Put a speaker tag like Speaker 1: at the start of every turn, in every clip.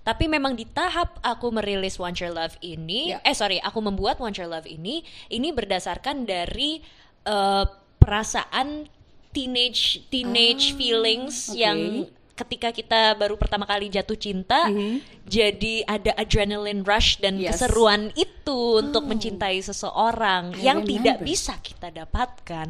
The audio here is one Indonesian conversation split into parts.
Speaker 1: Tapi memang di tahap aku merilis One Your Love ini,
Speaker 2: Ya.
Speaker 1: eh sorry, aku membuat One Your Love ini, ini berdasarkan dari eh, perasaan teenage teenage feelings
Speaker 2: Ah, oke.
Speaker 1: yang ketika kita baru pertama kali jatuh cinta, jadi ada adrenaline rush dan
Speaker 2: Mhm. Yes. Oh.
Speaker 1: keseruan itu untuk mencintai seseorang
Speaker 2: I
Speaker 1: yang tidak
Speaker 2: remember.
Speaker 1: bisa kita dapatkan.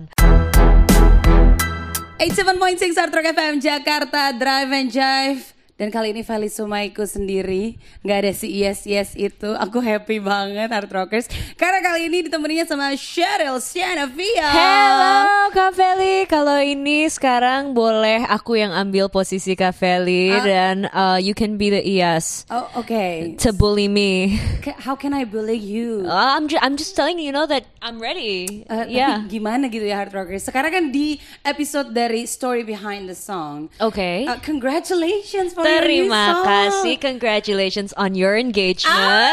Speaker 2: 87.6 Hard Rock FM Jakarta Drive and Jive dan kali ini Feli Sumaiku sendiri nggak ada si yes yes itu aku happy banget Hard Rockers karena kali ini ditemaninya sama Cheryl Sianavia
Speaker 1: Halo Kak Feli, kalau ini sekarang boleh aku yang ambil posisi Kak Feli dan uh, you can be the Iyas
Speaker 2: oh oke okay.
Speaker 1: to bully me.
Speaker 2: K- how can I bully you
Speaker 1: Uh, I'm just I'm just telling you know that I'm ready.
Speaker 2: Eh, tapi
Speaker 1: yeah.
Speaker 2: gimana gitu ya Hard Rockers sekarang kan di episode dari Story Behind the Song
Speaker 1: Okay.
Speaker 2: Eh, congratulations for your new
Speaker 1: Terima
Speaker 2: song.
Speaker 1: kasih. Congratulations on your engagement.
Speaker 2: ah,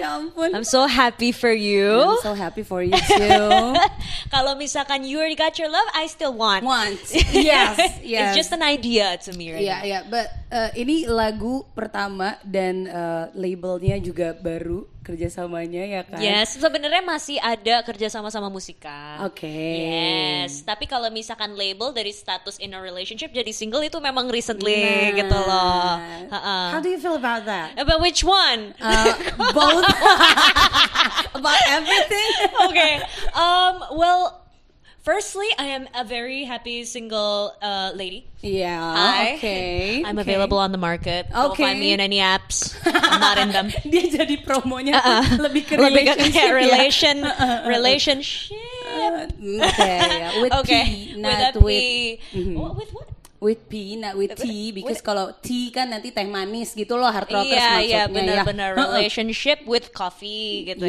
Speaker 2: ya ampun
Speaker 1: I'm so happy for you.
Speaker 2: I'm so happy for you too
Speaker 1: Kalau misalkan you already got your love, I still want.
Speaker 2: Once. Yes, yes.
Speaker 1: It's just an idea to me right
Speaker 2: Iya, iya, but uh, ini lagu pertama dan uh, labelnya juga baru kerjasamanya ya kan?
Speaker 1: now. Yes, sebenarnya masih ada kerjasama sama musika.
Speaker 2: Oke.
Speaker 1: Yes, tapi kalau misalkan label dari status in a relationship jadi single itu memang recently
Speaker 2: Nah.
Speaker 1: gitu loh. Ha-ha.
Speaker 2: How do you feel about that?
Speaker 1: About which one?
Speaker 2: Uh, both about everything.
Speaker 1: okay. Um. Well, firstly, I am a very happy single uh, lady.
Speaker 2: Iya,
Speaker 1: Hi.
Speaker 2: oke.
Speaker 1: I'm
Speaker 2: oke.
Speaker 1: available on the market. Go
Speaker 2: Okay.
Speaker 1: find me in any apps. I'm not in them.
Speaker 2: Dia jadi promonya
Speaker 1: Uh-uh.
Speaker 2: lebih ke
Speaker 1: Lebih ke
Speaker 2: relationship
Speaker 1: kayak
Speaker 2: ya.
Speaker 1: relation,
Speaker 2: Uh-uh.
Speaker 1: relationship.
Speaker 2: Mm, Oke, ya. with
Speaker 1: okay.
Speaker 2: P, not
Speaker 1: with a
Speaker 2: with
Speaker 1: P. Oh, with what?
Speaker 2: with P, not with T, because kalau T kan nanti teh manis gitu loh, hard rockers
Speaker 1: Iya,
Speaker 2: maksudnya
Speaker 1: iya,
Speaker 2: ya.
Speaker 1: benar-benar
Speaker 2: Heeh.
Speaker 1: relationship with coffee gitu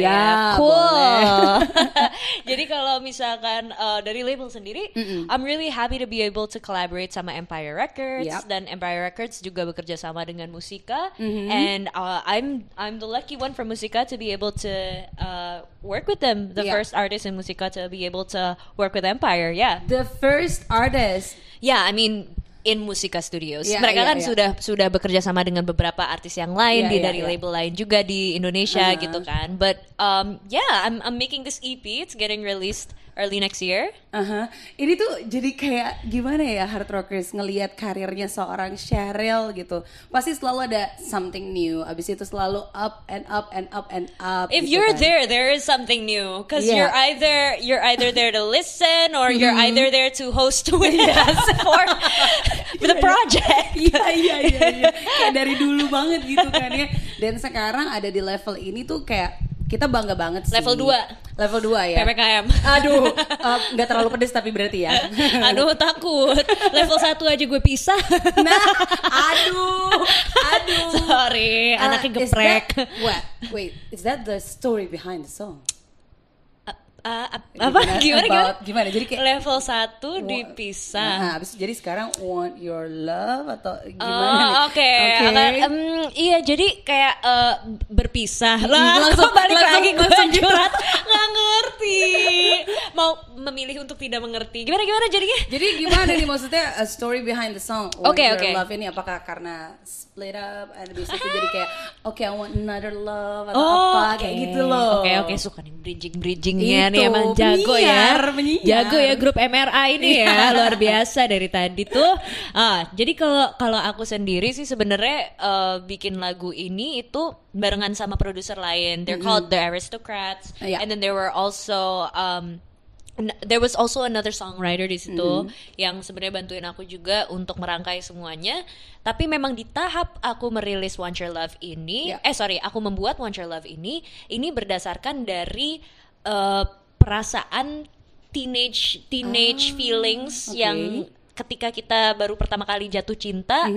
Speaker 1: ya.
Speaker 2: Ya,
Speaker 1: Cool.
Speaker 2: boleh.
Speaker 1: Jadi kalau misalkan uh, dari label sendiri, I'm really happy to be able to collaborate sama Empire Records
Speaker 2: Yap. Mm-hmm.
Speaker 1: dan Empire Records juga bekerja sama dengan Musika and uh, I'm I'm the lucky one from Musika to be able to uh, work with them. The
Speaker 2: Yeah.
Speaker 1: first artist in Musika to be able to work with Empire. Yeah.
Speaker 2: The first artist.
Speaker 1: Ya, I mean in Musika Studios.
Speaker 2: Ya,
Speaker 1: Mereka
Speaker 2: ya,
Speaker 1: kan
Speaker 2: ya.
Speaker 1: sudah sudah bekerja sama dengan beberapa artis yang lain
Speaker 2: Ya,
Speaker 1: di
Speaker 2: ya,
Speaker 1: dari
Speaker 2: ya.
Speaker 1: label lain juga di Indonesia
Speaker 2: Uh-huh.
Speaker 1: gitu kan. But um yeah, I'm I'm making this EP. It's getting released early next year.
Speaker 2: Aha. uh-huh. Ini tuh jadi kayak gimana ya hard rockers ngelihat karirnya seorang Cheryl gitu. Pasti selalu ada something new. Abis itu selalu up and up and up and up.
Speaker 1: If
Speaker 2: gitu
Speaker 1: you're
Speaker 2: kan.
Speaker 1: there, there is something new because
Speaker 2: Yeah. Mm-hmm.
Speaker 1: you're either you're either there to listen or you're either there to host with us for the project.
Speaker 2: Iya iya iya. iya. Kayak dari dulu banget gitu kan ya. Dan sekarang ada di level ini tuh kayak kita bangga banget sih.
Speaker 1: Level dua.
Speaker 2: Level 2 ya.
Speaker 1: PPKM.
Speaker 2: Aduh, eh, nggak terlalu pedes tapi berarti ya.
Speaker 1: Aduh takut. Level satu aja gue pisah.
Speaker 2: Nah, aduh, aduh.
Speaker 1: Sorry, anaknya
Speaker 2: Uh, is
Speaker 1: geprek.
Speaker 2: that- what? Wait, is that the story behind the song?
Speaker 1: Uh, ap- apa gimana gimana?
Speaker 2: about- gimana? Jadi kayak
Speaker 1: level 1
Speaker 2: Wha-
Speaker 1: dipisah.
Speaker 2: Nah, abis jadi sekarang want your love atau gimana? nih?
Speaker 1: Oh, oke.
Speaker 2: Oke.
Speaker 1: Oke, em, iya, jadi kayak eh, berpisah. Lah,
Speaker 2: langsung-
Speaker 1: langsung balik
Speaker 2: langsung-
Speaker 1: lagi gue
Speaker 2: langsung
Speaker 1: curhat. Nggak ngerti. Mau memilih untuk tidak mengerti. Gimana gimana jadinya?
Speaker 2: Jadi gimana nih maksudnya a story behind the song Want
Speaker 1: Oke,
Speaker 2: Your
Speaker 1: oke.
Speaker 2: Love ini apakah karena split up and abis itu jadi kayak oke I want another love atau apa
Speaker 1: Oh, oke.
Speaker 2: kayak gitu loh.
Speaker 1: Oke, oke, suka nih bridging-bridgingnya
Speaker 2: Itu,
Speaker 1: nih emang jago
Speaker 2: penyiar,
Speaker 1: ya.
Speaker 2: penyiar.
Speaker 1: Jago ya grup MRA ini
Speaker 2: Iya.
Speaker 1: ya, luar biasa dari tadi tuh. Ah, jadi kalau kalau aku sendiri sih sebenarnya eh, bikin lagu ini itu barengan sama produser lain. They're called The Aristocrats
Speaker 2: Iya.
Speaker 1: and then there were also um, n- There was also another songwriter di situ
Speaker 2: Mm-hmm.
Speaker 1: yang sebenarnya bantuin aku juga untuk merangkai semuanya. Tapi memang di tahap aku merilis One Your Love ini,
Speaker 2: Iya.
Speaker 1: eh sorry, aku membuat One Your Love ini, ini berdasarkan dari eh, perasaan teenage teenage feelings
Speaker 2: Ah, oke.
Speaker 1: yang ketika kita baru pertama kali jatuh cinta,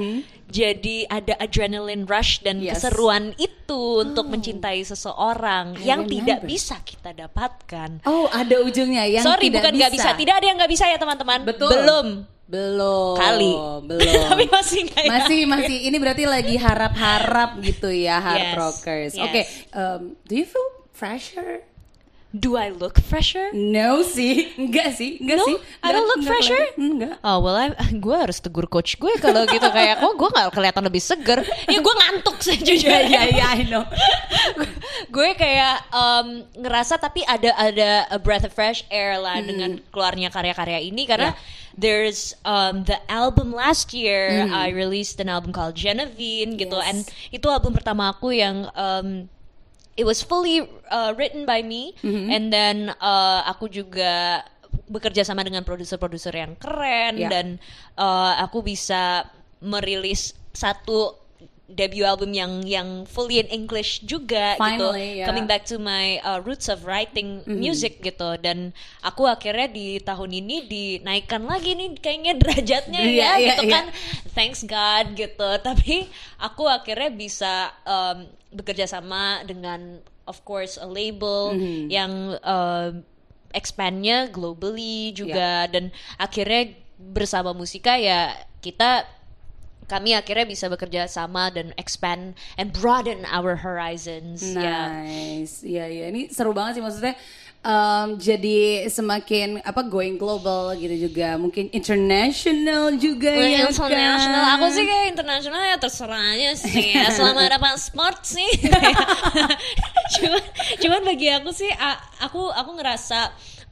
Speaker 1: jadi ada adrenaline rush dan
Speaker 2: Mm-hmm. Yes. Ah.
Speaker 1: keseruan itu untuk mencintai seseorang
Speaker 2: I
Speaker 1: yang tidak
Speaker 2: remember.
Speaker 1: bisa kita dapatkan.
Speaker 2: Oh, ada ujungnya yang
Speaker 1: Sorry,
Speaker 2: tidak
Speaker 1: bukan nggak bisa. Tidak ada yang nggak bisa ya teman-teman.
Speaker 2: Betul.
Speaker 1: Belum.
Speaker 2: Belum.
Speaker 1: Kali.
Speaker 2: Belum.
Speaker 1: Tapi Oh, masih nggak ya.
Speaker 2: masih masih ini berarti lagi harap-harap gitu ya hard
Speaker 1: Yes,
Speaker 2: rockers.
Speaker 1: yes.
Speaker 2: Oke, um, do you feel pressure?
Speaker 1: Do I look fresher?
Speaker 2: No sih, enggak sih, enggak
Speaker 1: No,
Speaker 2: sih.
Speaker 1: I don't look fresher.
Speaker 2: kelihatan. Enggak.
Speaker 1: Oh well, I'm, gue harus tegur coach gue kalau gitu kayak kok gue nggak kelihatan lebih seger. Iya, Ya gue ngantuk
Speaker 2: Ya
Speaker 1: sejujurnya.
Speaker 2: ya ya, I know.
Speaker 1: gue kayak em, ngerasa tapi ada ada a breath of fresh air lah
Speaker 2: Hmm.
Speaker 1: dengan keluarnya karya-karya ini karena there's um, the album last year I released an album called Genevieve gitu
Speaker 2: Hmm. Yes.
Speaker 1: and itu album pertama aku yang em, it was fully uh, written by me
Speaker 2: Mm-hmm.
Speaker 1: and then uh, aku juga bekerja sama dengan produser-produser yang keren
Speaker 2: Yeah.
Speaker 1: dan uh, aku bisa merilis satu debut album yang yang fully in English juga
Speaker 2: Finally,
Speaker 1: gitu
Speaker 2: yeah. Mm-hmm.
Speaker 1: coming back to my uh, roots of writing music gitu dan aku akhirnya di tahun ini dinaikkan lagi nih kayaknya derajatnya
Speaker 2: Iya,
Speaker 1: ya
Speaker 2: iya,
Speaker 1: gitu
Speaker 2: iya.
Speaker 1: kan thanks God gitu tapi aku akhirnya bisa um, bekerja sama dengan of course a label
Speaker 2: Mm-hmm.
Speaker 1: yang um, expandnya globally juga dan akhirnya bersama musika ya kita kami akhirnya bisa bekerja sama dan expand and broaden our horizons ya
Speaker 2: Nice. Iya iya, ini seru banget sih maksudnya. em, jadi semakin apa going global gitu juga, mungkin international juga
Speaker 1: Well,
Speaker 2: ya.
Speaker 1: international
Speaker 2: kan?
Speaker 1: aku sih kayak internasional ya terserah aja sih ya. selama ada pasport sih cuman cuman bagi aku sih a- aku aku ngerasa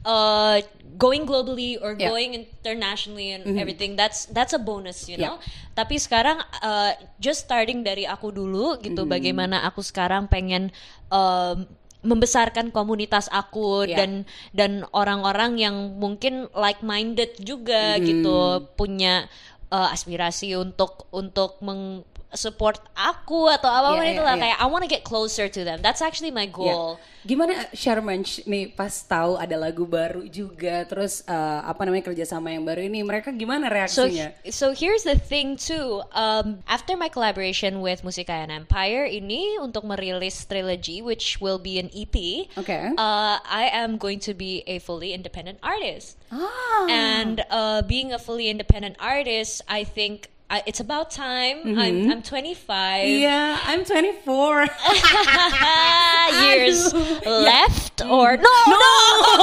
Speaker 1: uh, going globally or
Speaker 2: Yeah. Mm-hmm.
Speaker 1: going internationally and everything that's that's a bonus you know
Speaker 2: Yeah.
Speaker 1: tapi sekarang uh, just starting dari aku dulu gitu
Speaker 2: Mm-hmm.
Speaker 1: bagaimana aku sekarang pengen um, membesarkan komunitas aku
Speaker 2: Yeah.
Speaker 1: dan dan orang-orang yang mungkin like minded juga
Speaker 2: Hmm.
Speaker 1: gitu punya uh, aspirasi untuk untuk meng support aku atau apapun
Speaker 2: Yeah, yeah,
Speaker 1: itulah
Speaker 2: yeah.
Speaker 1: kayak I want to get closer to them that's actually my
Speaker 2: Iya.
Speaker 1: goal
Speaker 2: Gimana Sherman sh- nih pas tahu ada lagu baru juga, terus eh, apa namanya kerjasama yang baru ini, mereka gimana
Speaker 1: So,
Speaker 2: reaksinya?
Speaker 1: so here's the thing too. Um, after my collaboration with Musika and Empire ini untuk merilis trilogy, which will be an EP.
Speaker 2: Okay.
Speaker 1: Uh, I am going to be a fully independent artist.
Speaker 2: ah,
Speaker 1: And uh, being a fully independent artist, I think I, it's about time.
Speaker 2: Mm-hmm.
Speaker 1: I'm, I'm 25
Speaker 2: iya, I'm 24.
Speaker 1: Oh, Ah, years
Speaker 2: Aduh.
Speaker 1: left, or no, no, no,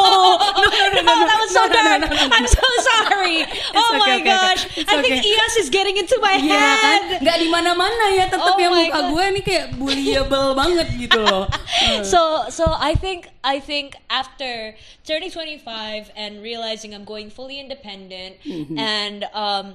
Speaker 1: that was so
Speaker 2: No, no, no,
Speaker 1: dark.
Speaker 2: no, no, no.
Speaker 1: I'm so sorry. oh my
Speaker 2: okay, okay, okay.
Speaker 1: gosh,
Speaker 2: It's
Speaker 1: I think
Speaker 2: okay.
Speaker 1: EOS is getting into my
Speaker 2: Iya kan,
Speaker 1: head.
Speaker 2: nggak di mana-mana ya, tetap
Speaker 1: Oh
Speaker 2: yang
Speaker 1: my
Speaker 2: muka
Speaker 1: God.
Speaker 2: gue nih kayak bullyable banget gitu loh.
Speaker 1: so so I think I think after turning 25 and realizing I'm going fully independent
Speaker 2: Mm-hmm.
Speaker 1: and um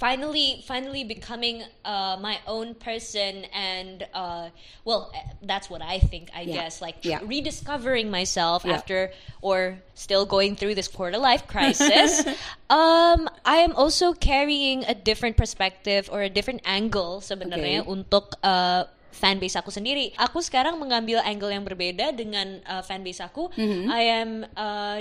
Speaker 1: finally finally becoming uh, my own person and uh, well eh, that's what I think I
Speaker 2: Yeah.
Speaker 1: guess like
Speaker 2: Yeah.
Speaker 1: rediscovering myself
Speaker 2: Yeah.
Speaker 1: after or still going through this quarter life crisis um, I am also carrying a different perspective or a different angle sebenarnya
Speaker 2: Okay.
Speaker 1: untuk uh, fanbase aku sendiri. Aku sekarang mengambil angle yang berbeda dengan uh, fanbase aku.
Speaker 2: Mm-hmm.
Speaker 1: I am uh,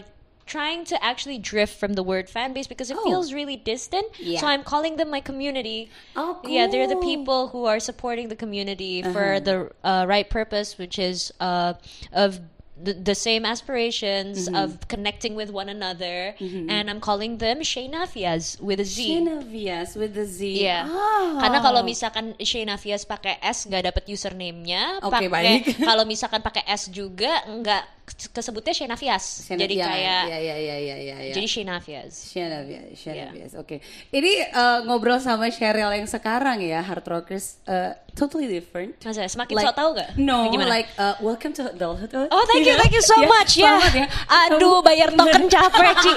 Speaker 1: trying to actually drift from the word fanbase because it
Speaker 2: Oh.
Speaker 1: feels really distant.
Speaker 2: Yeah.
Speaker 1: So I'm calling them my community.
Speaker 2: Oh,
Speaker 1: Yeah, they're the
Speaker 2: cool. Uh-huh.
Speaker 1: people who are supporting the community for the uh, right purpose, which is uh, of the, the same aspirations
Speaker 2: Mm-hmm.
Speaker 1: of connecting with one another. And I'm calling them Shaynafias with a Z.
Speaker 2: Genevias with the Z.
Speaker 1: Iya.
Speaker 2: Ah.
Speaker 1: Karena kalau misalkan Shayna Fias pakai S nggak dapet username-nya,
Speaker 2: Oke,
Speaker 1: pakai
Speaker 2: baik.
Speaker 1: kalau misalkan pakai S juga nggak kesebutnya Shayna Fias.
Speaker 2: Genevias,
Speaker 1: Jadi kayak
Speaker 2: ya ya ya ya ya. ya.
Speaker 1: jadi Shayna Fias.
Speaker 2: Shenavias, Shenavias. Oke. Ini eh, ngobrol sama Cheryl yang sekarang ya, Hard Rockers eh, totally different.
Speaker 1: Masa semakin sok tahu nggak?
Speaker 2: No,
Speaker 1: Gimana?
Speaker 2: like eh, welcome to adulthood.
Speaker 1: Oh thank you, thank you so
Speaker 2: Ya,
Speaker 1: much ya.
Speaker 2: Selamat ya.
Speaker 1: Aduh, bayar token capek, Ci.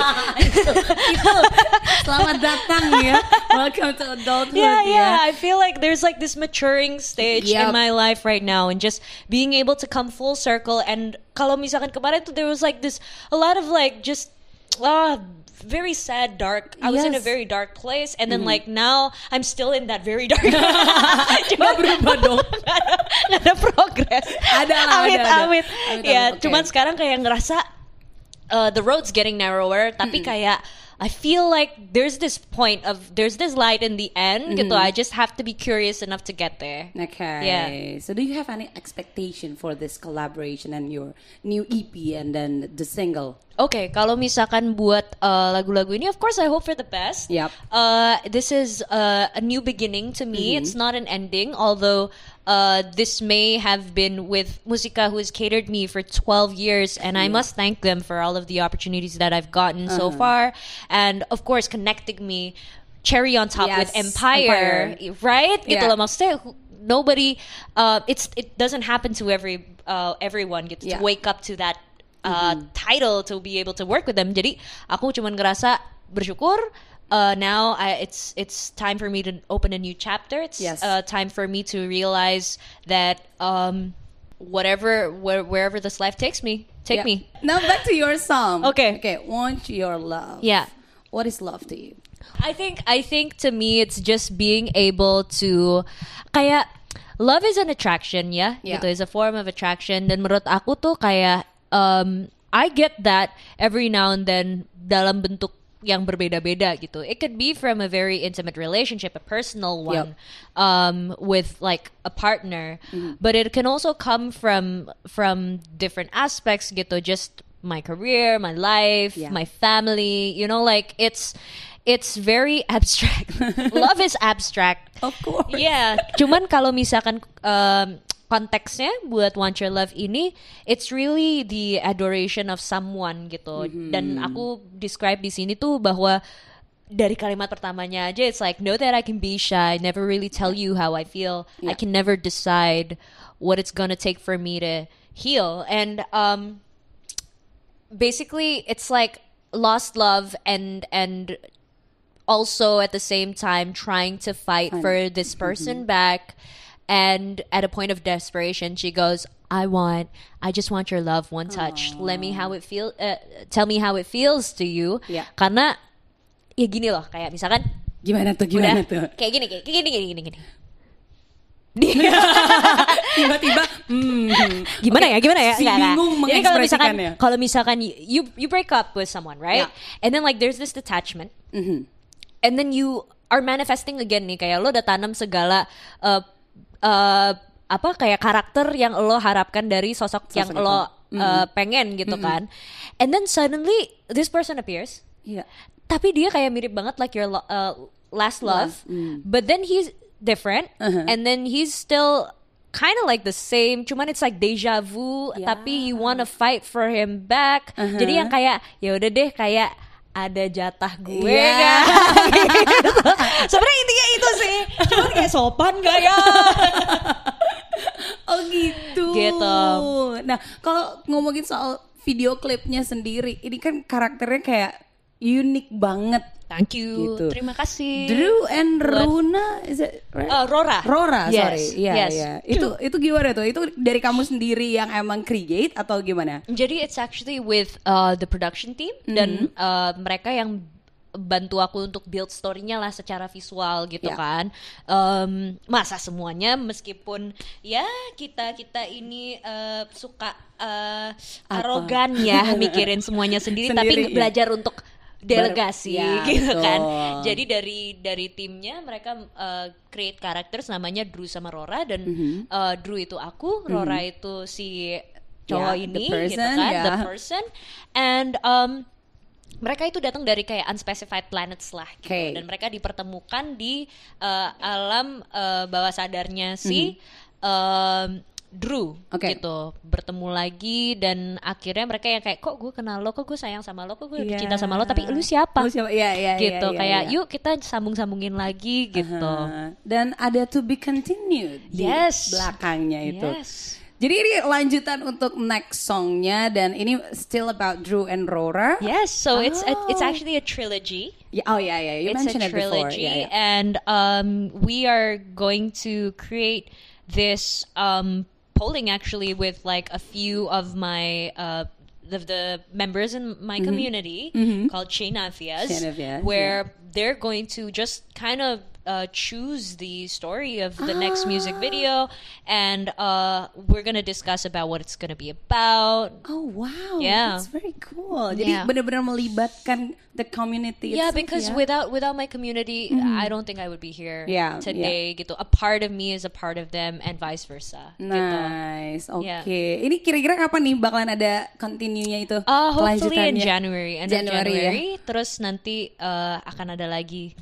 Speaker 2: Selamat datang ya. Welcome to adulthood
Speaker 1: yeah, yeah.
Speaker 2: ya.
Speaker 1: I feel like there's like this maturing stage
Speaker 2: Yep.
Speaker 1: in my life right now, and just being able to come full circle. And kalau misalkan kemarin tuh there was like this a lot of like just ah very sad, dark. I was in a
Speaker 2: Yes.
Speaker 1: very dark place, and then like now I'm still in that very dark.
Speaker 2: Nggak berubah dong.
Speaker 1: Nggak ada, nggak ada progress.
Speaker 2: Ada lah, ada,
Speaker 1: amit,
Speaker 2: ada.
Speaker 1: amit.
Speaker 2: Amit,
Speaker 1: Ya,
Speaker 2: amit, oke.
Speaker 1: cuman sekarang kayak ngerasa uh, the road's getting narrower, tapi kayak I feel like there's this point of there's this light in the end gitu. I just have to be curious enough to get there.
Speaker 2: Okay.
Speaker 1: Yeah.
Speaker 2: So do you have any expectation for this collaboration and your new EP and then the single?
Speaker 1: Oke, kalau misalkan buat uh, lagu-lagu ini, of course I hope for the best.
Speaker 2: Yep. Mm-hmm.
Speaker 1: Uh, this is uh, a new beginning to me. It's not an ending, although uh, this may have been with Musica, who has catered me for 12 years, and I must thank them for all of the opportunities that I've gotten so
Speaker 2: Uh-huh.
Speaker 1: far, and of course connecting me. Cherry on top with
Speaker 2: Yes,
Speaker 1: Empire, right? Gitu
Speaker 2: Yeah.
Speaker 1: loh maksudnya who- nobody. Uh, it's it doesn't happen to every uh, everyone gitu
Speaker 2: Yeah.
Speaker 1: to
Speaker 2: Mm-hmm.
Speaker 1: wake up to that uh, title to be able to work with them. Jadi aku cuman ngerasa bersyukur. Uh, now I, it's it's time for me to open a new chapter. It's
Speaker 2: Yes.
Speaker 1: uh, time for me to realize that um, whatever where, wherever this life takes me, take
Speaker 2: Yeah.
Speaker 1: me.
Speaker 2: Now back to your song.
Speaker 1: Okay.
Speaker 2: Okay. Want your love.
Speaker 1: Yeah.
Speaker 2: What is love to you?
Speaker 1: I think I think to me it's just being able to kayak love is an attraction ya
Speaker 2: Yeah.
Speaker 1: gitu is a form of attraction dan menurut aku tuh kayak um, I get that every now and then dalam bentuk yang berbeda-beda gitu it could be from a very intimate relationship a personal one um, with like a partner
Speaker 2: Mm-hmm.
Speaker 1: but it can also come from from different aspects gitu just my career my life
Speaker 2: Yeah.
Speaker 1: my family you know like it's it's very abstract love is abstract
Speaker 2: Of course.
Speaker 1: yeah cuman kalau misalkan um, konteksnya buat want your love ini it's really the adoration of someone gitu dan aku describe di sini tuh bahwa dari kalimat pertamanya aja it's like know that I can be shy never really tell you how I feel I can never decide what it's gonna take for me to heal and um, basically it's like lost love and and also at the same time trying to fight for this person back and at a point of desperation she goes i want i just want your love one touch let me how it feel uh, tell me how it feels to you
Speaker 2: Yeah.
Speaker 1: karena ya gini loh kayak misalkan
Speaker 2: Gimana tuh?
Speaker 1: udah
Speaker 2: Gimana tuh?
Speaker 1: kayak gini kayak gini gini gini gini
Speaker 2: Tiba-tiba. hmm.
Speaker 1: gimana ya gimana ya
Speaker 2: si
Speaker 1: Nggak, nggak.
Speaker 2: bingung
Speaker 1: Jadi kalau misalkan
Speaker 2: mengekspresikannya.
Speaker 1: kalau misalkan you- you you break up with someone right and then like there's this detachment
Speaker 2: Mm-hmm.
Speaker 1: and then you are manifesting again nih kayak lo udah tanam segala uh, uh, apa kayak karakter yang lo harapkan dari sosok, yang
Speaker 2: Sosok itu. Mm-hmm.
Speaker 1: lo uh, pengen gitu kan and then suddenly this person appears
Speaker 2: Iya.
Speaker 1: tapi dia kayak mirip banget like your lo- uh, last love,
Speaker 2: mm.
Speaker 1: but then he's different
Speaker 2: Uh-huh.
Speaker 1: and then he's still kind of like the same cuman it's like deja vu tapi you wanna fight for him back
Speaker 2: Uh-huh.
Speaker 1: jadi yang kayak ya udah deh kayak ada jatah gue
Speaker 2: Iya.
Speaker 1: kan?" Gitu. sebenarnya intinya itu sih cuman kayak sopan gak ya
Speaker 2: Oh gitu.
Speaker 1: Gitu.
Speaker 2: Nah, kalau ngomongin soal video klipnya sendiri, ini kan karakternya kayak unik banget.
Speaker 1: thank you
Speaker 2: Gitu.
Speaker 1: terima kasih
Speaker 2: Drew and
Speaker 1: Buat-
Speaker 2: Runa, is it right?
Speaker 1: Eh, Rora
Speaker 2: Rora,
Speaker 1: Yes,
Speaker 2: sorry. Iya,
Speaker 1: yes.
Speaker 2: iya. Itu itu gimana tuh? Itu dari kamu sendiri yang emang create atau gimana?
Speaker 1: Jadi it's actually with uh, the production team dan
Speaker 2: Mm-hmm.
Speaker 1: uh, mereka yang bantu aku untuk build story-nya lah secara visual gitu
Speaker 2: Ya.
Speaker 1: kan. Um, masa semuanya meskipun ya kita kita ini uh, suka uh, arogan ya mikirin semuanya sendiri,
Speaker 2: Sendiri,
Speaker 1: tapi
Speaker 2: ya.
Speaker 1: belajar untuk delegasi
Speaker 2: Ya,
Speaker 1: gitu kan.
Speaker 2: betul.
Speaker 1: Jadi dari dari timnya mereka uh, create characters namanya Drew sama Rora dan
Speaker 2: Mhm.
Speaker 1: uh, Drew itu aku, Rora itu si cowok
Speaker 2: Yeah, the
Speaker 1: ini gitu
Speaker 2: person,
Speaker 1: kan, the
Speaker 2: yeah.
Speaker 1: person, and um, mereka itu datang dari kayak unspecified planets lah, gitu.
Speaker 2: Okay.
Speaker 1: dan mereka dipertemukan di uh, alam uh, bawah sadarnya si um, Drew
Speaker 2: Mhm. Okay.
Speaker 1: gitu, bertemu lagi dan akhirnya mereka yang kayak kok gue kenal lo, kok gue sayang sama lo, kok gue
Speaker 2: Iya.
Speaker 1: cinta sama lo, tapi lu siapa?
Speaker 2: Lu siapa? Iya, iya, iya,
Speaker 1: gitu
Speaker 2: iya,
Speaker 1: kayak
Speaker 2: iya.
Speaker 1: yuk kita sambung-sambungin lagi gitu.
Speaker 2: Nah, Dan ada to be continued di
Speaker 1: Yes.
Speaker 2: belakangnya itu.
Speaker 1: Yes.
Speaker 2: Jadi ini lanjutan untuk next songnya dan ini still about Drew and Rora.
Speaker 1: Yes, so it's a, it's
Speaker 2: Oh.
Speaker 1: actually a trilogy.
Speaker 2: Ya- Oh ya ya, you
Speaker 1: it's
Speaker 2: mentioned
Speaker 1: a
Speaker 2: it before.
Speaker 1: trilogy,
Speaker 2: Ya, ya.
Speaker 1: and um, we are going to create this um, polling actually with like a few of my uh, the, the members in my
Speaker 2: Mm-hmm.
Speaker 1: community called Chinafias,
Speaker 2: Chinafias,
Speaker 1: where they're going to just kind of. Uh, choose the story of the next
Speaker 2: Ah.
Speaker 1: music video, and uh, we're gonna discuss about what it's gonna be about.
Speaker 2: Oh wow,
Speaker 1: Yeah.
Speaker 2: that's very cool. Jadi
Speaker 1: Yeah.
Speaker 2: benar-benar melibatkan the community.
Speaker 1: yeah
Speaker 2: itself,
Speaker 1: because
Speaker 2: ya.
Speaker 1: without without my community i don't think i would be here
Speaker 2: Mm-hmm. Yeah,
Speaker 1: today gitu a part of me is a part of them and vice versa gitu
Speaker 2: Nah, nice, oke.
Speaker 1: Yeah.
Speaker 2: Ini kira-kira kapan nih bakalan ada continue-nya itu?
Speaker 1: Uh, hopefully in
Speaker 2: kelanjutannya?
Speaker 1: January, end of
Speaker 2: January, ya.
Speaker 1: January. Terus nanti uh, akan ada lagi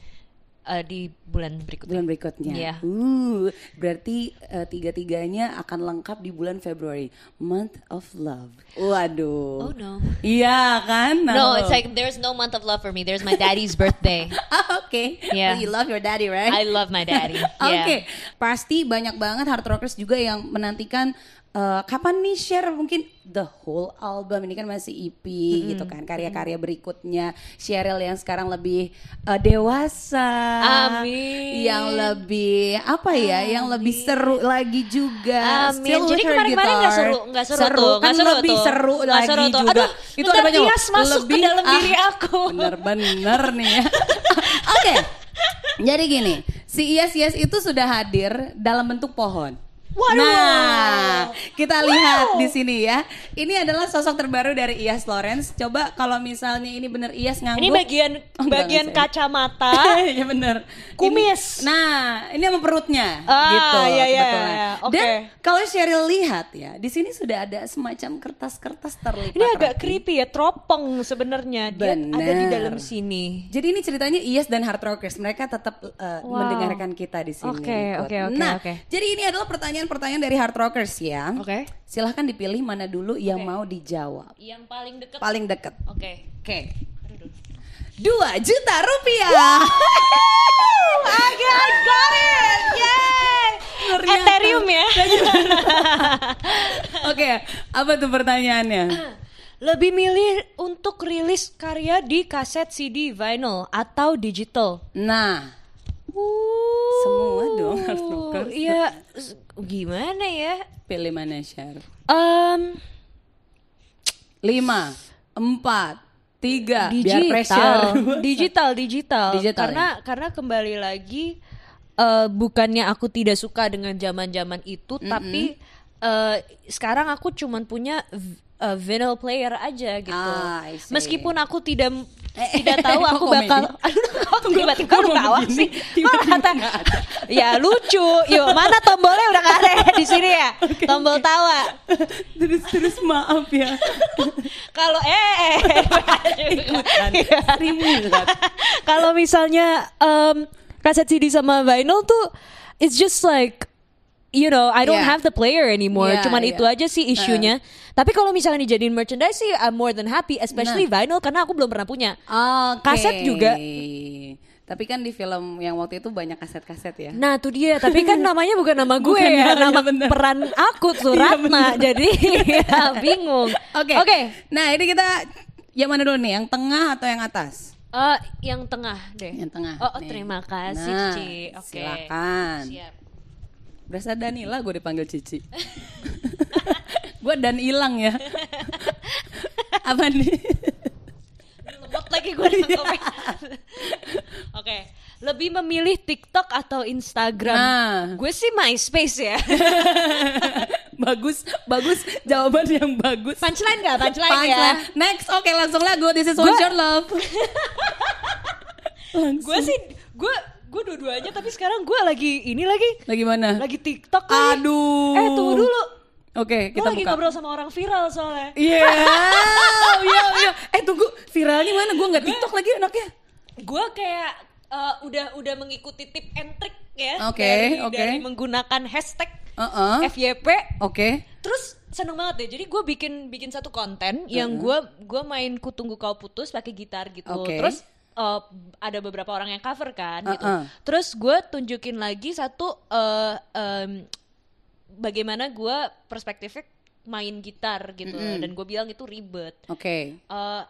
Speaker 1: eh, di bulan berikutnya.
Speaker 2: bulan berikutnya.
Speaker 1: Iya.
Speaker 2: Uh, berarti eh, tiga-tiganya akan lengkap di bulan Februari, month of love. Waduh.
Speaker 1: Oh, no.
Speaker 2: Iya kan?
Speaker 1: No,
Speaker 2: Nah,
Speaker 1: it's like there's no month of love for me. There's my daddy's birthday.
Speaker 2: Ah, Oke.
Speaker 1: Yeah.
Speaker 2: Oh, you love your daddy, right?
Speaker 1: I love my daddy. Yeah.
Speaker 2: Oke, pasti banyak banget hard rockers juga yang menantikan eh, kapan nih share mungkin the whole album ini kan masih EP gitu kan karya-karya berikutnya Cheryl yang sekarang lebih eh, dewasa,
Speaker 1: Amin.
Speaker 2: yang lebih apa ya, yang lebih seru lagi
Speaker 1: Amin.
Speaker 2: juga. Uh, Still
Speaker 1: Um, Jadi
Speaker 2: with her
Speaker 1: kemarin-kemarin nggak
Speaker 2: guitar.
Speaker 1: seru, nggak seru, tuh, nggak
Speaker 2: kan
Speaker 1: seru
Speaker 2: lebih
Speaker 1: tuh.
Speaker 2: seru
Speaker 1: Nggak
Speaker 2: lagi
Speaker 1: seru tuh.
Speaker 2: juga.
Speaker 1: Aduh, bentar
Speaker 2: banyak ah.
Speaker 1: Dias masuk ke dalam diri aku.
Speaker 2: Bener-bener nih ya. Oke. Jadi gini, si Yes Yes itu sudah hadir dalam bentuk pohon.
Speaker 1: Waduh.
Speaker 2: Nah, kita lihat di sini ya. Ini adalah sosok terbaru dari Iyas Lawrence. Coba kalau misalnya ini bener Iyas ngangguk.
Speaker 1: Ini bagian
Speaker 2: Oh, enggak,
Speaker 1: bagian
Speaker 2: enggak,
Speaker 1: kacamata.
Speaker 2: Iya bener. Ini-
Speaker 1: Kumis.
Speaker 2: nah, ini sama perutnya
Speaker 1: Ah,
Speaker 2: gitu.
Speaker 1: iya, iya,
Speaker 2: kebetulan.
Speaker 1: iya, oke.
Speaker 2: Dan kalau Cheryl lihat ya, di sini sudah ada semacam kertas-kertas terlipat.
Speaker 1: Ini agak
Speaker 2: rapi.
Speaker 1: creepy ya, teropong sebenarnya. Dia ada di
Speaker 2: Bener.
Speaker 1: dalam sini.
Speaker 2: Jadi ini ceritanya Iyas dan Hard Rockers mereka tetap uh,
Speaker 1: Wow.
Speaker 2: mendengarkan kita di sini.
Speaker 1: Oke,
Speaker 2: Put.
Speaker 1: oke, oke,
Speaker 2: Nah,
Speaker 1: oke.
Speaker 2: jadi ini adalah pertanyaan-pertanyaan dari Hard Rockers ya.
Speaker 1: Oke.
Speaker 2: Silahkan dipilih mana dulu yang mau dijawab.
Speaker 1: Yang paling dekat. Oke.
Speaker 2: Paling dekat. Oke. Dua juta rupiah.
Speaker 1: Agak I got it. Yay.
Speaker 2: Ternyata.
Speaker 1: Ethereum ya.
Speaker 2: Oke, apa tuh pertanyaannya?
Speaker 1: Lebih milih untuk rilis karya di kaset, CD, vinyl atau digital?
Speaker 2: Nah,
Speaker 1: Wuh.
Speaker 2: Semua dong, harus nuker.
Speaker 1: Iya, s- gimana ya?
Speaker 2: pilih mana share?
Speaker 1: Um,
Speaker 2: Lima, empat, tiga. Biar pressure.
Speaker 1: digital, digital, digital,
Speaker 2: Digital, ya.
Speaker 1: Karena karena kembali lagi eh, bukannya aku tidak suka dengan zaman-zaman itu, tapi eh, sekarang aku cuman punya v- eh, vinyl player aja gitu.
Speaker 2: Ah, I see. Eh,
Speaker 1: Meskipun aku tidak tidak tahu aku
Speaker 2: Kok
Speaker 1: bakal aduh kok tiba-tiba
Speaker 2: kok
Speaker 1: lu
Speaker 2: ngomong
Speaker 1: ketawa
Speaker 2: gini?
Speaker 1: sih
Speaker 2: Tiba-tiba
Speaker 1: Kok kata
Speaker 2: nggak
Speaker 1: ya lucu yuk mana tombolnya udah nggak ada di sini ya tombol tawa
Speaker 2: terus terus maaf ya.
Speaker 1: kalau eh, eh, eh. Iya.
Speaker 2: Sri Mulat.
Speaker 1: Kalau misalnya um, kaset CD sama vinyl tuh it's just like you know, I don't
Speaker 2: Yeah.
Speaker 1: have the player anymore.
Speaker 2: Yeah,
Speaker 1: Cuman
Speaker 2: yeah.
Speaker 1: itu
Speaker 2: Uh-uh.
Speaker 1: aja sih isunya. Tapi kalau misalnya dijadiin merchandise sih I'm more than happy, especially
Speaker 2: Nah.
Speaker 1: vinyl karena aku belum pernah punya.
Speaker 2: Oke.
Speaker 1: Kaset juga.
Speaker 2: Tapi kan di film yang waktu itu banyak kaset-kaset ya.
Speaker 1: Nah, tuh dia. Tapi kan namanya bukan nama gue
Speaker 2: Bukan
Speaker 1: ya,
Speaker 2: ya,
Speaker 1: nama
Speaker 2: iya bener. Iya,
Speaker 1: peran aku Suratna. jadi ya, bingung.
Speaker 2: Oke.
Speaker 1: Oke.
Speaker 2: Nah ini kita yang mana dulu nih? Yang tengah atau yang atas?
Speaker 1: Eh, yang tengah deh.
Speaker 2: Yang tengah,
Speaker 1: Oh, oh,
Speaker 2: nih.
Speaker 1: terima kasih,
Speaker 2: Nah,
Speaker 1: Cici. Oke.
Speaker 2: silakan.
Speaker 1: Siap.
Speaker 2: Berasa Danila gue dipanggil Cici. gue dan hilang ya. Apa nih?
Speaker 1: Lemot lagi gue di
Speaker 2: Iya.
Speaker 1: komen. Oke, lebih memilih TikTok atau Instagram?
Speaker 2: Nah. Iya
Speaker 1: Gue sih MySpace ya.
Speaker 2: bagus, bagus. Jawaban yang bagus.
Speaker 1: Punchline gak? Punchline,
Speaker 2: Punchline.
Speaker 1: ya.
Speaker 2: Next, oke langsung lagu This is what's
Speaker 1: Gua-
Speaker 2: your love
Speaker 1: Gue sih, gue gue dua-duanya tapi sekarang gue lagi ini lagi
Speaker 2: Lagi mana?
Speaker 1: lagi TikTok lagi.
Speaker 2: Aduh
Speaker 1: Eh tunggu dulu.
Speaker 2: Oke,
Speaker 1: Gue
Speaker 2: kita
Speaker 1: lagi
Speaker 2: buka
Speaker 1: ngobrol sama orang viral soalnya.
Speaker 2: Iya, iya, iya. Eh tunggu, viralnya mana? Gue nggak TikTok lagi anaknya
Speaker 1: Gue kayak eh, udah udah mengikuti tip and trick ya.
Speaker 2: Oke,
Speaker 1: dari-
Speaker 2: oke.
Speaker 1: Dari menggunakan hashtag Eh,
Speaker 2: Heeh.
Speaker 1: FYP.
Speaker 2: Uh-uh. Oke
Speaker 1: Terus seneng banget deh. Jadi gue bikin bikin satu konten yang gue gue main ku tunggu kau putus pakai gitar gitu.
Speaker 2: Oke.
Speaker 1: Terus eh, ada beberapa orang yang cover kan gitu.
Speaker 2: Uh-uh.
Speaker 1: Terus gue tunjukin lagi satu eh, em, bagaimana gue perspektifnya main gitar gitu. Dan gue bilang itu ribet.
Speaker 2: Oke
Speaker 1: Eh,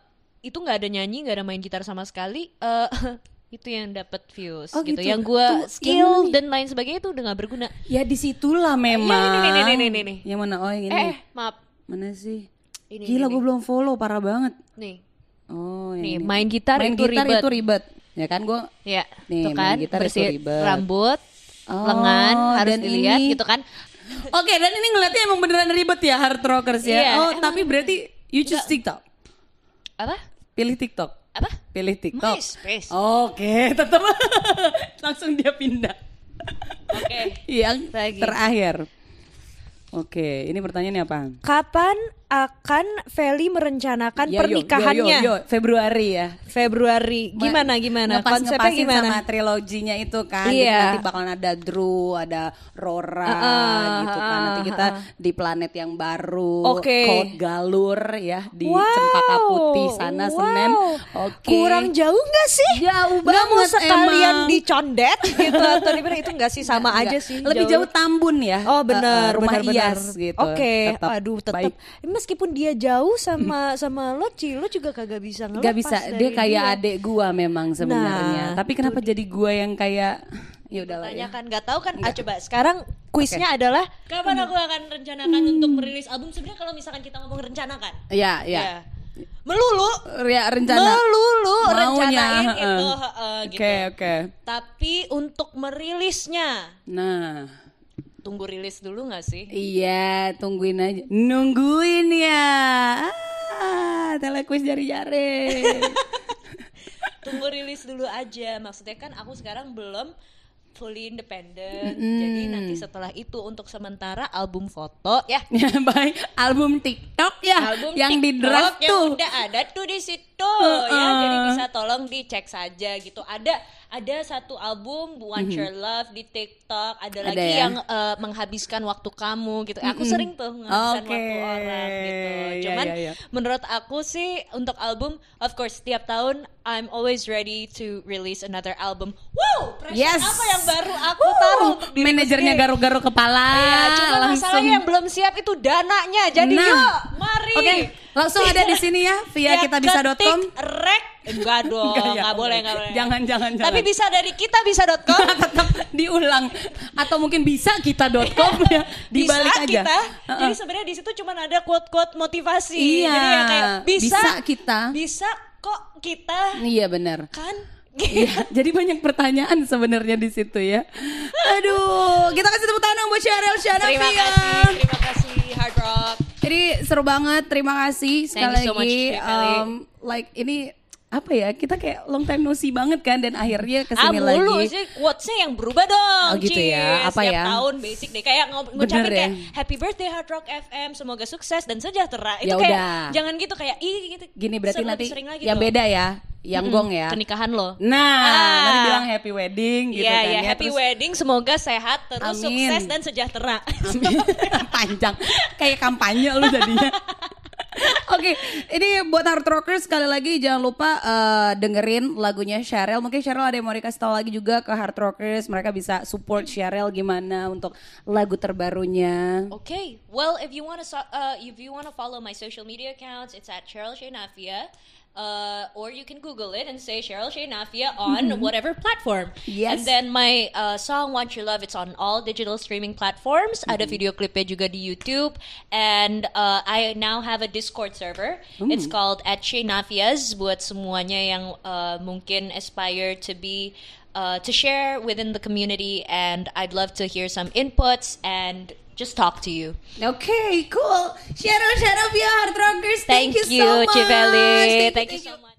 Speaker 1: itu nggak ada nyanyi, nggak ada main gitar sama sekali. Eh, itu yang dapat views
Speaker 2: Oh,
Speaker 1: gitu.
Speaker 2: gitu.
Speaker 1: Yang gue
Speaker 2: Tunggu, yang mana
Speaker 1: skill
Speaker 2: nih?
Speaker 1: dan lain sebagainya itu udah nggak berguna.
Speaker 2: Ya disitulah memang
Speaker 1: Iya, ini, ini, ini, ini, ini.
Speaker 2: Yang mana? Oh yang ini
Speaker 1: Eh, maaf.
Speaker 2: Mana sih?
Speaker 1: Ini,
Speaker 2: Gila
Speaker 1: ini,
Speaker 2: gue belum follow, parah banget
Speaker 1: Nih.
Speaker 2: Oh
Speaker 1: Nih,
Speaker 2: yang ini
Speaker 1: main gitar
Speaker 2: Main
Speaker 1: itu
Speaker 2: gitar
Speaker 1: ribet.
Speaker 2: itu ribet Ya kan gue
Speaker 1: Ya,
Speaker 2: Nih,
Speaker 1: tuh kan
Speaker 2: main gitar
Speaker 1: bersih
Speaker 2: itu ribet.
Speaker 1: rambut,
Speaker 2: Oh,
Speaker 1: lengan harus
Speaker 2: dan
Speaker 1: dilihat
Speaker 2: ini-
Speaker 1: gitu kan.
Speaker 2: Oke, dan ini ngeliatnya emang beneran ribet ya hard rockers ya.
Speaker 1: Iya,
Speaker 2: oh,
Speaker 1: emang
Speaker 2: tapi berarti you choose TikTok.
Speaker 1: Apa?
Speaker 2: Pilih TikTok.
Speaker 1: Apa?
Speaker 2: Pilih TikTok.
Speaker 1: MySpace.
Speaker 2: Oke, tetap langsung dia pindah.
Speaker 1: Oke.
Speaker 2: Yang
Speaker 1: Lagi.
Speaker 2: terakhir. Oke, ini pertanyaannya apa?
Speaker 1: Kapan
Speaker 3: akan Feli merencanakan
Speaker 2: Ya, Yo, yo, yo,
Speaker 3: pernikahannya
Speaker 2: yo, yo, Februari ya.
Speaker 3: Februari. Gimana gimana?
Speaker 2: Ngepas
Speaker 3: Konsepnya gimana?
Speaker 2: sama triloginya itu kan.
Speaker 3: Iya.
Speaker 2: Jadi nanti bakalan ada Drew, ada Rora
Speaker 3: Heeh,
Speaker 2: gitu kan. Nanti
Speaker 3: heeh,
Speaker 2: kita di planet yang baru,
Speaker 3: Oke.
Speaker 2: Kaut Galur ya di
Speaker 3: Wow,
Speaker 2: Cempaka Putih sana
Speaker 3: wow.
Speaker 2: Senen. Oke.
Speaker 3: Kurang jauh nggak sih?
Speaker 2: Jauh
Speaker 3: Nggak mau
Speaker 2: banget,
Speaker 3: sekalian
Speaker 2: emang.
Speaker 3: dicondet gitu atau di mana itu nggak sih sama aja
Speaker 2: Enggak.
Speaker 3: sih.
Speaker 2: Lebih jauh, Tambun ya.
Speaker 3: Oh
Speaker 2: Eh,
Speaker 3: benar,
Speaker 2: eh, rumah
Speaker 3: benar, benar.
Speaker 2: Ias gitu.
Speaker 3: Oke,
Speaker 2: Tetap
Speaker 3: aduh tetap.
Speaker 2: baik.
Speaker 3: Meskipun dia jauh sama sama lo, Ci, lo juga kagak bisa ngelepas.
Speaker 2: Gak bisa,
Speaker 3: dari
Speaker 2: dia kayak adik gua memang sebenarnya.
Speaker 3: Nah,
Speaker 2: Tapi kenapa jadi gua yang kayak ya udahlah ya.
Speaker 3: Tanyakan nggak tahu kan? Ah, coba sekarang kuisnya adalah Hmm.
Speaker 1: Kapan aku akan rencanakan untuk merilis album? Sebenarnya kalau misalkan kita ngomong rencanakan,
Speaker 2: Ya, ya.
Speaker 1: ya melulu,
Speaker 2: Ya rencana.
Speaker 1: melulu
Speaker 2: Maunya,
Speaker 1: rencanain
Speaker 2: heeh.
Speaker 1: itu, heeh,
Speaker 2: Oke,
Speaker 1: gitu.
Speaker 2: oke.
Speaker 1: Tapi untuk merilisnya,
Speaker 2: Nah,
Speaker 1: tunggu rilis dulu nggak sih?
Speaker 2: iya tungguin aja. Nungguin ya. Ah, telekuis jari-jari.
Speaker 1: tunggu rilis dulu aja maksudnya kan aku sekarang belum fully independent jadi nanti setelah itu untuk sementara album foto ya
Speaker 2: ya, baik. Album TikTok ya
Speaker 1: album
Speaker 2: yang di
Speaker 1: TikTok
Speaker 2: draft
Speaker 1: yang
Speaker 2: tuh.
Speaker 1: udah ada tuh di situ ya jadi bisa tolong dicek saja gitu ada ada satu album Want Your Love di TikTok ada,
Speaker 2: Mhm. Ada
Speaker 1: lagi
Speaker 2: ya? Mhm.
Speaker 1: yang eh, menghabiskan waktu kamu gitu aku sering tuh menghabiskan
Speaker 2: Oke.
Speaker 1: waktu orang gitu
Speaker 2: Iya,
Speaker 1: cuman
Speaker 2: iya, iya.
Speaker 1: menurut aku sih untuk album of course tiap tahun I'm always ready to release another album wow pressure
Speaker 2: Yes.
Speaker 1: apa yang baru aku taruh
Speaker 2: Wuh,
Speaker 1: untuk diriku sendiri?
Speaker 2: Manajernya garuk-garuk kepala.
Speaker 1: Iya, cuma
Speaker 2: Ah, langsung.
Speaker 1: masalahnya yang belum siap itu dananya. Jadi
Speaker 2: Nah.
Speaker 1: yuk, mari.
Speaker 2: Oke, langsung ada di sini ya via
Speaker 1: Ya,
Speaker 2: kitabisa.com.
Speaker 1: ketik Rek. Enggak dong,
Speaker 2: Enggak
Speaker 1: enggak,
Speaker 2: ya, enggak
Speaker 1: boleh,
Speaker 2: boleh.
Speaker 1: enggak boleh.
Speaker 2: Jangan, jangan,
Speaker 1: Tapi
Speaker 2: jangan.
Speaker 1: bisa dari kitabisa.com.
Speaker 2: tetap diulang atau mungkin bisa kita.com ya
Speaker 1: Iya,
Speaker 2: dibalik
Speaker 1: bisa
Speaker 2: aja.
Speaker 1: kita.
Speaker 2: Heeh.
Speaker 1: Jadi sebenarnya di situ cuma ada quote-quote motivasi.
Speaker 2: Iya,
Speaker 1: Jadi ya kayak bisa,
Speaker 2: bisa kita.
Speaker 1: Bisa kok kita
Speaker 2: Iya benar.
Speaker 1: kan.
Speaker 2: Iya, jadi banyak pertanyaan sebenarnya di situ ya. Aduh, kita kasih tepuk tangan dong buat Sheryl Shanafia.
Speaker 1: terima kasih, terima kasih Hard Rock.
Speaker 2: Jadi seru banget, terima kasih sekali
Speaker 1: you so much,
Speaker 2: lagi.
Speaker 1: Chef Ellie.
Speaker 2: Em, like ini apa ya? Kita kayak long time no see banget kan dan akhirnya
Speaker 1: Ah
Speaker 2: kesini
Speaker 1: mulu
Speaker 2: lagi.
Speaker 1: sih quotesnya yang berubah dong
Speaker 2: Oh, gitu ya.
Speaker 1: Cis.
Speaker 2: Apa
Speaker 1: Setiap
Speaker 2: ya?
Speaker 1: tahun basic deh Kayak ngo- ngucapin
Speaker 2: Bener ya.
Speaker 1: kayak Happy birthday Hard Rock FM Semoga sukses dan sejahtera Itu
Speaker 2: Ya
Speaker 1: kayak
Speaker 2: udah.
Speaker 1: Jangan gitu kayak Ih gitu
Speaker 2: Gini berarti
Speaker 1: Ser-
Speaker 2: nanti
Speaker 1: lebih sering lagi
Speaker 2: yang
Speaker 1: tuh.
Speaker 2: beda ya, yang gong ya.
Speaker 1: Pernikahan lo
Speaker 2: Nah,
Speaker 1: Ah.
Speaker 2: nanti bilang happy wedding gitu
Speaker 1: Iya
Speaker 2: kan
Speaker 1: iya
Speaker 2: ya.
Speaker 1: Happy
Speaker 2: Terus-
Speaker 1: wedding Semoga sehat Terus
Speaker 2: Amin.
Speaker 1: sukses dan sejahtera
Speaker 2: panjang kayak kampanye lu jadinya Oke, ini buat hard rockers sekali lagi jangan lupa eh, dengerin lagunya Cheryl. Mungkin Cheryl ada yang mau dikasih tahu lagi juga ke hard rockers, mereka bisa support Cheryl gimana untuk lagu terbarunya.
Speaker 1: Okay. Well, if you want to so- uh, if you want to follow my social media accounts, it's at Cheryl Shaynafia. Uh, or you can Google it and say Cheryl Shaynafia on whatever platform. And
Speaker 2: Yes.
Speaker 1: then my uh, song "Want Your Love" it's on all digital streaming platforms. Ada video klipnya juga di YouTube. And uh, I now have a Discord server. It's called at Shaynafia's. Buat semuanya yang uh, mungkin aspire to be uh, to share within the community and I'd love to hear some inputs and just talk to you.
Speaker 2: Oke, cool. Cheryl, Cheryl, ya hard rockers. Thank,
Speaker 1: Thank,
Speaker 2: you so
Speaker 1: you,
Speaker 2: much.
Speaker 1: Civeli. Thank, you so much.